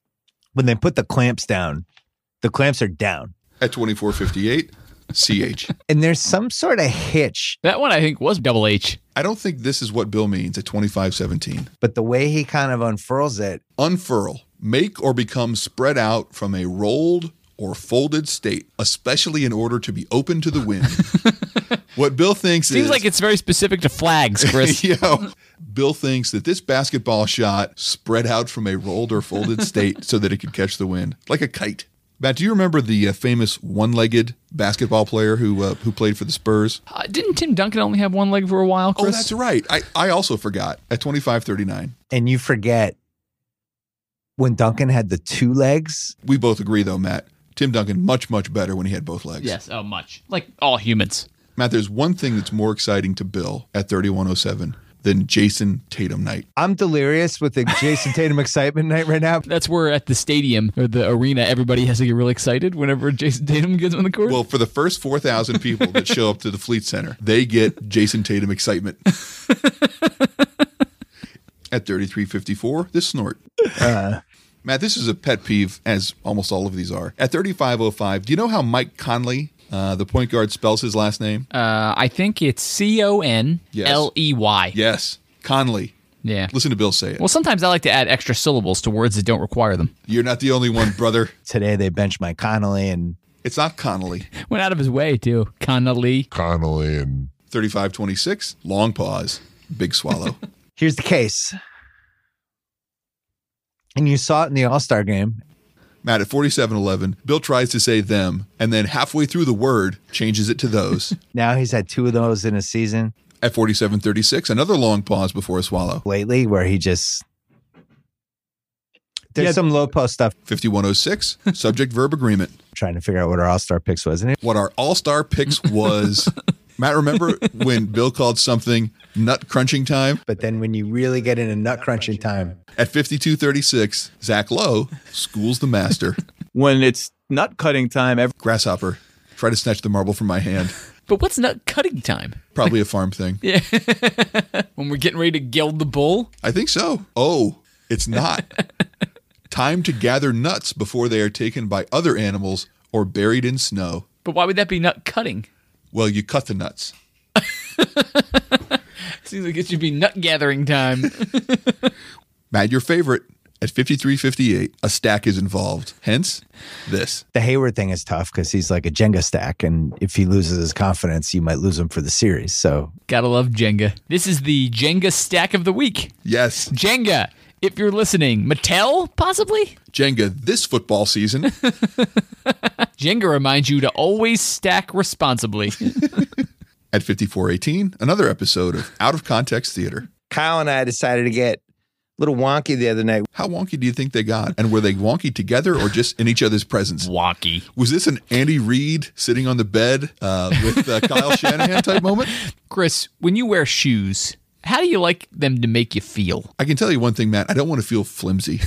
Speaker 1: when they put the clamps down, the clamps are down.
Speaker 2: At 2458, CH.
Speaker 1: And there's some sort of hitch,
Speaker 3: That one I think was double H.
Speaker 2: I don't think this is what Bill means at 2517.
Speaker 1: but the way he kind of unfurls it,
Speaker 2: unfurl, make or become spread out from a rolled or folded state, especially in order to be open to the wind. what Bill thinks
Speaker 3: Seems
Speaker 2: is
Speaker 3: like it's very specific to flags, Chris.
Speaker 2: you know, Bill thinks that this basketball shot spread out from a rolled or folded state so that it could catch the wind like a kite. Matt, do you remember the uh, famous one-legged basketball player who uh, who played for the Spurs?
Speaker 3: uh, didn't Tim Duncan only have one leg for a while,
Speaker 2: Oh,
Speaker 3: Chris?
Speaker 2: that's right. I, I also forgot at 2539.
Speaker 1: and you forget when Duncan had the two legs.
Speaker 2: We both agree though, Matt. Tim Duncan much much better when he had both legs.
Speaker 3: Yes, oh, much. Like all humans.
Speaker 2: Matt, there's one thing that's more exciting to Bill at 3107 than Jason Tatum night.
Speaker 1: I'm delirious with the Jason Tatum excitement night right now.
Speaker 3: That's where at the stadium or the arena, everybody has to get real excited whenever Jason Tatum gets on the court.
Speaker 2: Well, for the first 4,000 people that show up to the Fleet Center, they get Jason Tatum excitement. at 3354, this snort. Matt, this is a pet peeve, as almost all of these are. At 3505, do you know how Mike Conley, uh, the point guard, spells his last name?
Speaker 3: uh, I think it's C O N L E Y.
Speaker 2: yes, Conley.
Speaker 3: Yeah.
Speaker 2: Listen to Bill say it.
Speaker 3: Well, sometimes I like to add extra syllables to words that don't require them.
Speaker 2: You're not the only one, brother.
Speaker 1: Today they bench Mike Connolly and
Speaker 2: It's not Connolly.
Speaker 3: Went out of his way too. Connolly.
Speaker 2: 3526, long pause, big swallow.
Speaker 1: here's the case. And you saw it in the All Star game.
Speaker 2: Matt at 4711, Bill tries to say them and then halfway through the word changes it to those.
Speaker 1: Now he's had two of those in a season
Speaker 2: at 4736, another long pause before a swallow.
Speaker 1: lately where he just. There's some low post stuff
Speaker 2: 5106, subject verb agreement.
Speaker 1: trying to figure out what our All Star picks was. And it,
Speaker 2: What our all star picks was. Matt, remember when Bill called something nut crunching time?
Speaker 1: but then when you really get into nut crunching time,
Speaker 2: At 5236, Zach Lowe schools the master.
Speaker 6: When it's nut cutting time, every,
Speaker 2: Grasshopper, try to snatch the marble from my hand.
Speaker 3: But what's nut cutting time?
Speaker 2: Probably a farm thing.
Speaker 3: When we're getting ready to gild the bull?
Speaker 2: I think so. Oh, it's not. Time to gather nuts before they are taken by other animals or buried in snow.
Speaker 3: But why would that be nut cutting?
Speaker 2: Well, you cut the nuts.
Speaker 3: Seems like it should be nut gathering time.
Speaker 2: Matt, your favorite At 5358, a stack is involved. Hence, this.
Speaker 1: The Hayward thing is tough because he's like a Jenga stack, and if he loses his confidence, you might lose him for the series. So
Speaker 3: Gotta love Jenga. This is the Jenga stack of the week.
Speaker 2: Yes,
Speaker 3: Jenga, if you're listening, Mattel, possibly?
Speaker 2: Jenga this football season.
Speaker 3: Jenga reminds you to always stack responsibly.
Speaker 2: At 5418, another episode of Out of Context Theater.
Speaker 1: Kyle and I decided to get a little wonky the other night.
Speaker 2: How wonky do you think they got? And were they wonky together or just in each other's presence?
Speaker 3: Wonky.
Speaker 2: Was this an Andy Reid sitting on the bed uh, with uh, Kyle Shanahan type moment?
Speaker 3: Chris, when you wear shoes, how do you like them to make you feel?
Speaker 2: I can tell you one thing, Matt. I don't want to feel flimsy.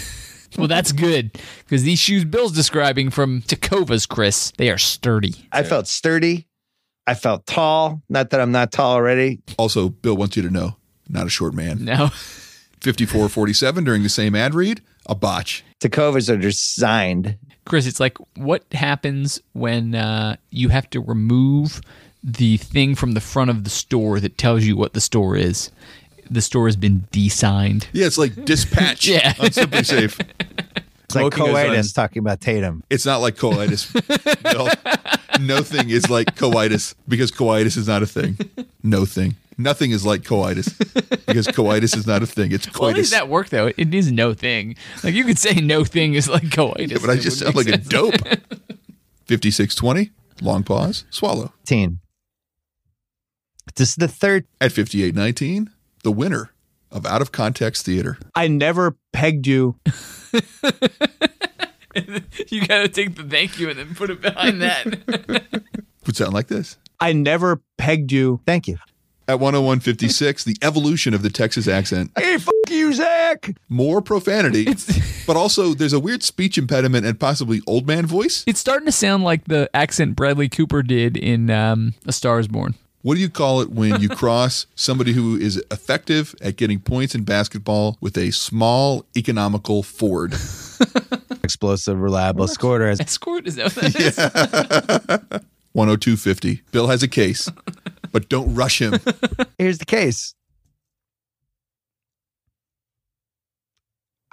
Speaker 3: Well, that's good because these shoes Bill's describing from Takovas, Chris, they are sturdy.
Speaker 1: I felt sturdy. I felt tall. Not that I'm not tall already.
Speaker 2: Also, Bill wants you to know, not a short man.
Speaker 3: Now,
Speaker 2: 5447 during the same ad read, a botch.
Speaker 1: Tacovas are designed.
Speaker 3: Chris, it's like what happens when uh, you have to remove the thing from the front of the store that tells you what the store is. The store has been designed.
Speaker 2: Yeah, it's like dispatch
Speaker 3: Yeah.
Speaker 2: on Simply Safe.
Speaker 1: It's like
Speaker 6: Smoking is
Speaker 1: coitus
Speaker 6: un-
Speaker 1: talking about Tatum.
Speaker 2: It's not like coitus. no, no thing is like coitus because coitus is not a thing. No thing. Nothing is like coitus because coitus is not a thing. It's
Speaker 3: Well, how does
Speaker 2: coitus.
Speaker 3: that work though? It is no thing. Like you could say no thing is like coitus.
Speaker 2: but I just
Speaker 3: It
Speaker 2: sound
Speaker 3: would
Speaker 2: like
Speaker 3: make
Speaker 2: a
Speaker 3: sense.
Speaker 2: dope. 5620, long pause, swallow.
Speaker 1: 15. This is the third.
Speaker 2: At 5819, the winner of Out of Context Theater.
Speaker 6: I never pegged you.
Speaker 3: you gotta take the thank you and then put it behind that.
Speaker 2: Would sound like this.
Speaker 6: I never pegged you.
Speaker 1: Thank you.
Speaker 2: At 101.56, the evolution of the Texas accent.
Speaker 1: Hey, fuck you, Zach.
Speaker 2: More profanity, but also there's a weird speech impediment and possibly old man voice.
Speaker 3: it's starting to sound like the accent Bradley Cooper did in um, A Star Is Born.
Speaker 2: What do you call it when you cross somebody who is effective at getting points in basketball with a small, economical Ford?
Speaker 1: Explosive, reliable scorer. As
Speaker 3: Escort is that what that is?
Speaker 2: 102.50. Bill has a case, but don't rush him.
Speaker 1: Here's the case.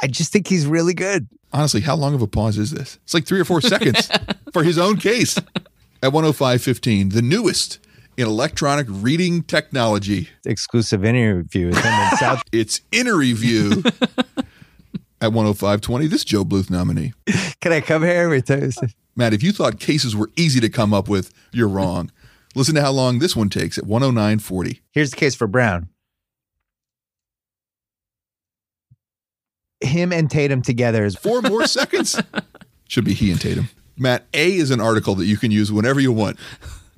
Speaker 1: I just think he's really good.
Speaker 2: Honestly, how long of a pause is this? It's like three or four seconds for his own case. At 105.15, the newest in electronic reading technology.
Speaker 1: Exclusive interview with him in South.
Speaker 2: It's inner review at 105.20. This Joe Bluth nominee.
Speaker 1: Can I come here every Thursday?
Speaker 2: Matt, if you thought cases were easy to come up with, you're wrong. Listen to how long this one oh takes at 109.40.
Speaker 1: Here's the case for Brown. Him and Tatum together is
Speaker 2: Four more seconds. Should be he and Tatum. Matt, A is an article that you can use whenever you want.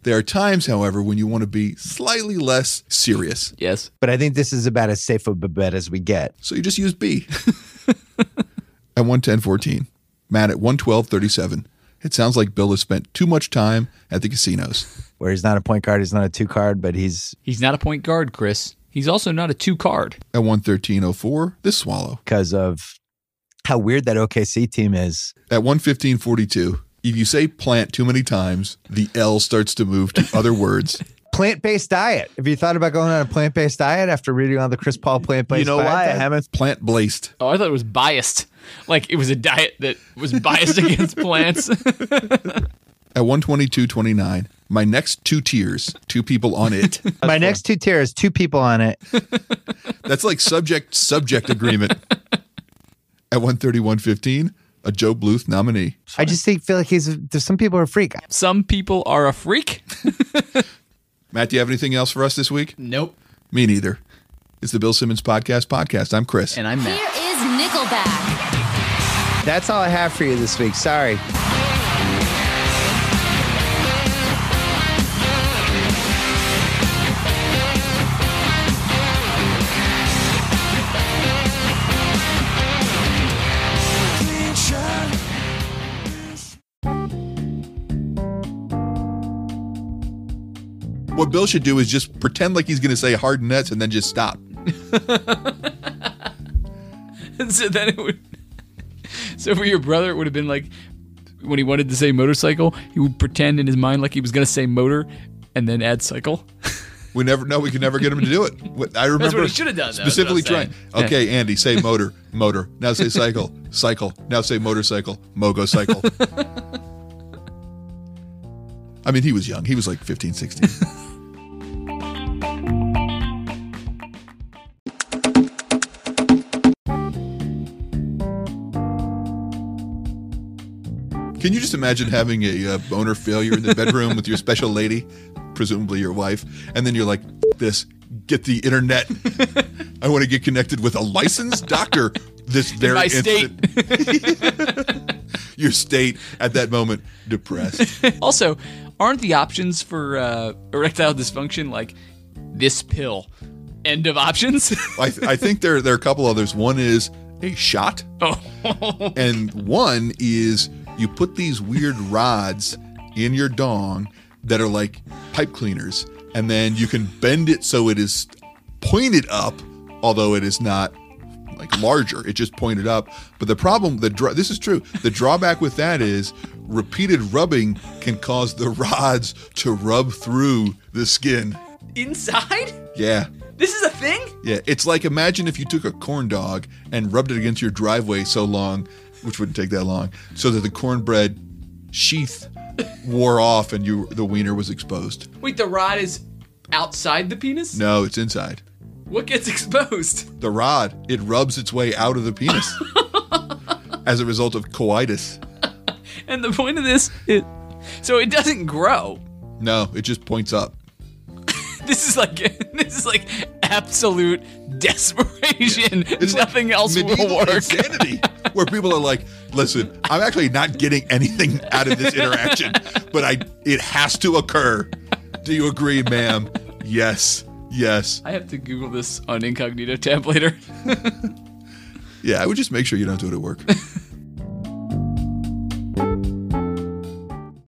Speaker 2: There are times, however, when you want to be slightly less serious.
Speaker 3: yes.
Speaker 1: but I think this is about as safe of a bet as we get.
Speaker 2: So you just use B. at 110.14. Matt, at 112.37. It sounds like Bill has spent too much time at the casinos.
Speaker 1: Where he's not a point guard, he's not a two card, but he's
Speaker 3: He's not a point guard, Chris. He's also not a two card.
Speaker 2: at 113.04, this swallow.
Speaker 1: because of how weird that OKC team is.
Speaker 2: At 115.42, if you say plant too many times, the L starts to move to other words.
Speaker 1: Plant based diet. Have you thought about going on a plant based diet after reading all the Chris Paul plant based
Speaker 6: you know why I
Speaker 1: diet?
Speaker 6: haven't?
Speaker 2: Plant blazed.
Speaker 3: Oh, I thought it was biased. Like it was a diet that was biased against plants.
Speaker 2: At 122.29, my next two tiers, two people on it.
Speaker 1: My next two tiers, two people on it.
Speaker 2: That's like subject subject agreement. At 131.15, a Joe Bluth nominee.
Speaker 1: I just think, feel like he's, there's some people who are freak.
Speaker 3: Some people are a freak.
Speaker 2: Matt, do you have anything else for us this week?
Speaker 3: Nope.
Speaker 2: Me neither. It's the Bill Simmons Podcast Podcast. I'm Chris.
Speaker 3: And I'm mad.
Speaker 8: Here is Nickelback.
Speaker 1: That's all I have for you this week. Sorry.
Speaker 2: What Bill should do is just pretend like he's going to say hard nets and then just stop.
Speaker 3: And so then it would. So for your brother, it would have been like when he wanted to say motorcycle, he would pretend in his mind like he was going to say motor and then add cycle.
Speaker 2: We never know. We could never get him to do it. What- I remember
Speaker 3: That's what he should have done. though, is what I'm
Speaker 2: specifically trying.
Speaker 3: saying.
Speaker 2: Okay, Andy, say motor, motor. Now say cycle, cycle. Now say motorcycle, mogo cycle. I mean, he was young. He was like 15, 16. Can you just imagine having a uh, boner failure in the bedroom with your special lady, presumably your wife, and then you're like, "F- this, get the internet. I want to get connected with a licensed doctor this very
Speaker 3: my
Speaker 2: instant. your state at that moment, depressed.
Speaker 3: Also, aren't the options for uh, erectile dysfunction like this pill? End of options.
Speaker 2: I, I think there, there are a couple others. One is a shot.
Speaker 3: oh,
Speaker 2: and one is you put these weird rods in your dong that are like pipe cleaners, and then you can bend it so it is pointed up, although it is not like larger. It just pointed up. But the problem, the dra- this is true. The drawback with that is repeated rubbing can cause the rods to rub through the skin.
Speaker 3: inside?
Speaker 2: Yeah.
Speaker 3: This is a thing?
Speaker 2: Yeah, it's like imagine if you took a corn dog and rubbed it against your driveway so long, which wouldn't take that long, so that the cornbread sheath wore off and you the wiener was exposed.
Speaker 3: Wait, the rod is outside the penis?
Speaker 2: No, it's inside.
Speaker 3: What gets exposed?
Speaker 2: The rod, it rubs its way out of the penis as a result of coitus.
Speaker 3: And the point of this is so it doesn't grow.
Speaker 2: No, it just points up.
Speaker 3: This is like this is like absolute desperation.
Speaker 2: It's like
Speaker 3: Nothing else will
Speaker 2: medieval
Speaker 3: work.
Speaker 2: Insanity, where people are like, "Listen, I'm actually not getting anything out of this interaction, but I it has to occur." Do you agree, ma'am? Yes, yes.
Speaker 3: I have to Google this on incognito tab later.
Speaker 2: Yeah, I would just make sure you don't do it at work.